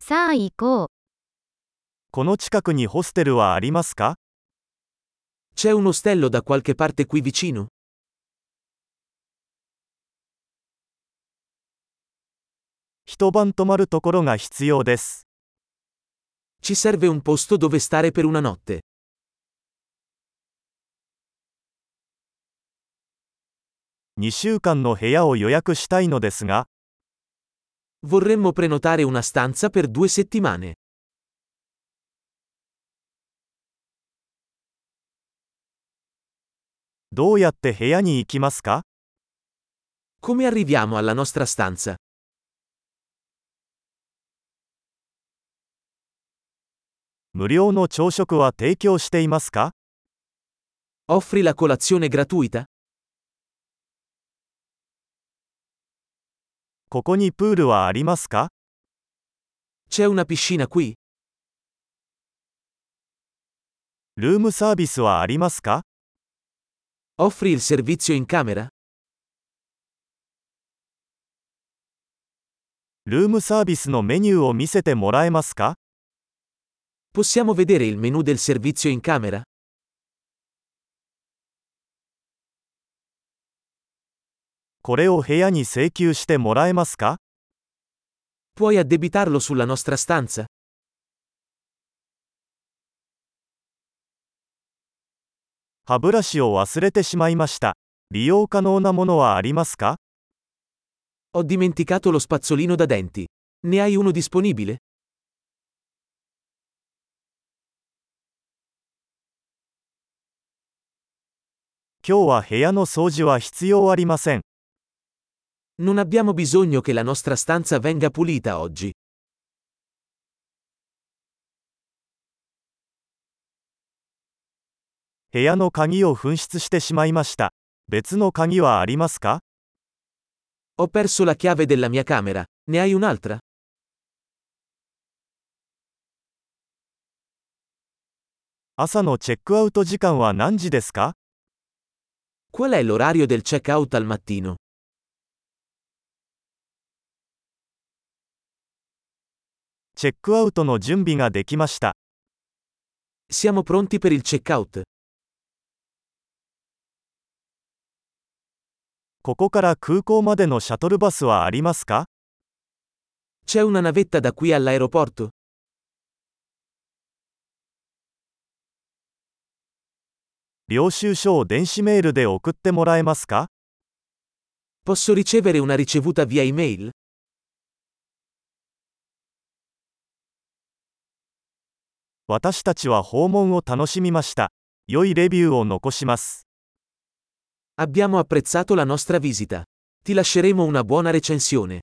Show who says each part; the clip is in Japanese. Speaker 1: さあ行こう。
Speaker 2: この近くにホステルはありますか
Speaker 3: C'è un ostello da qualche parte qui vicino?
Speaker 2: ?1 晩泊まるところが必要です。
Speaker 3: Ci serve un posto dove stare per una notte.
Speaker 2: 2週間の部屋を予約したいのですが、
Speaker 3: Vorremmo prenotare una stanza per due settimane.
Speaker 2: どうやって部屋に行きますか
Speaker 3: Come arriviamo alla nostra stanza?
Speaker 2: 無料の朝食は提供していますか
Speaker 3: Offri la colazione gratuita?
Speaker 2: ここにプールはありますか
Speaker 3: C'è una piscina qui?
Speaker 2: ルームサービスはありますか
Speaker 3: Offri il servizio in camera?
Speaker 2: ルームサービスのメニューを見せてもらえますか
Speaker 3: Possiamo vedere il menu del servizio in camera?
Speaker 2: これを部屋に請求してもらえますか
Speaker 3: Puoi addebitarlo sulla nostra stanza?
Speaker 2: 歯ブラシを忘れてしまいました。利用可能なものはありますか
Speaker 3: Ho dimenticato lo spazzolino da denti. Ne hai uno disponibile?
Speaker 2: 今日は部屋の掃除は必要ありません。
Speaker 3: Non abbiamo bisogno che la nostra stanza venga pulita oggi.
Speaker 2: 部屋の鍵を紛失してしまいました。別の鍵はありますか
Speaker 3: Ho perso la chiave della mia camera. Ne hai un'altra?
Speaker 2: 朝のチェックアウト時間は何時ですか
Speaker 3: Qual è l'orario del check-out al mattino?
Speaker 2: チェックアウトの準備ができました。
Speaker 3: Siamo pronti per il check-out.
Speaker 2: ここから空港までのシャトルバスはありますか
Speaker 3: C'è una navetta da qui all'aeroporto?
Speaker 2: 領収書を電子メールで送ってもらえますか
Speaker 3: Posso ricevere una ricevuta via email?
Speaker 2: 私たちは訪問を楽しみました。良いレビューを残します。
Speaker 3: Abbiamo apprezzato la nostra visita. Ti lasceremo una buona recensione.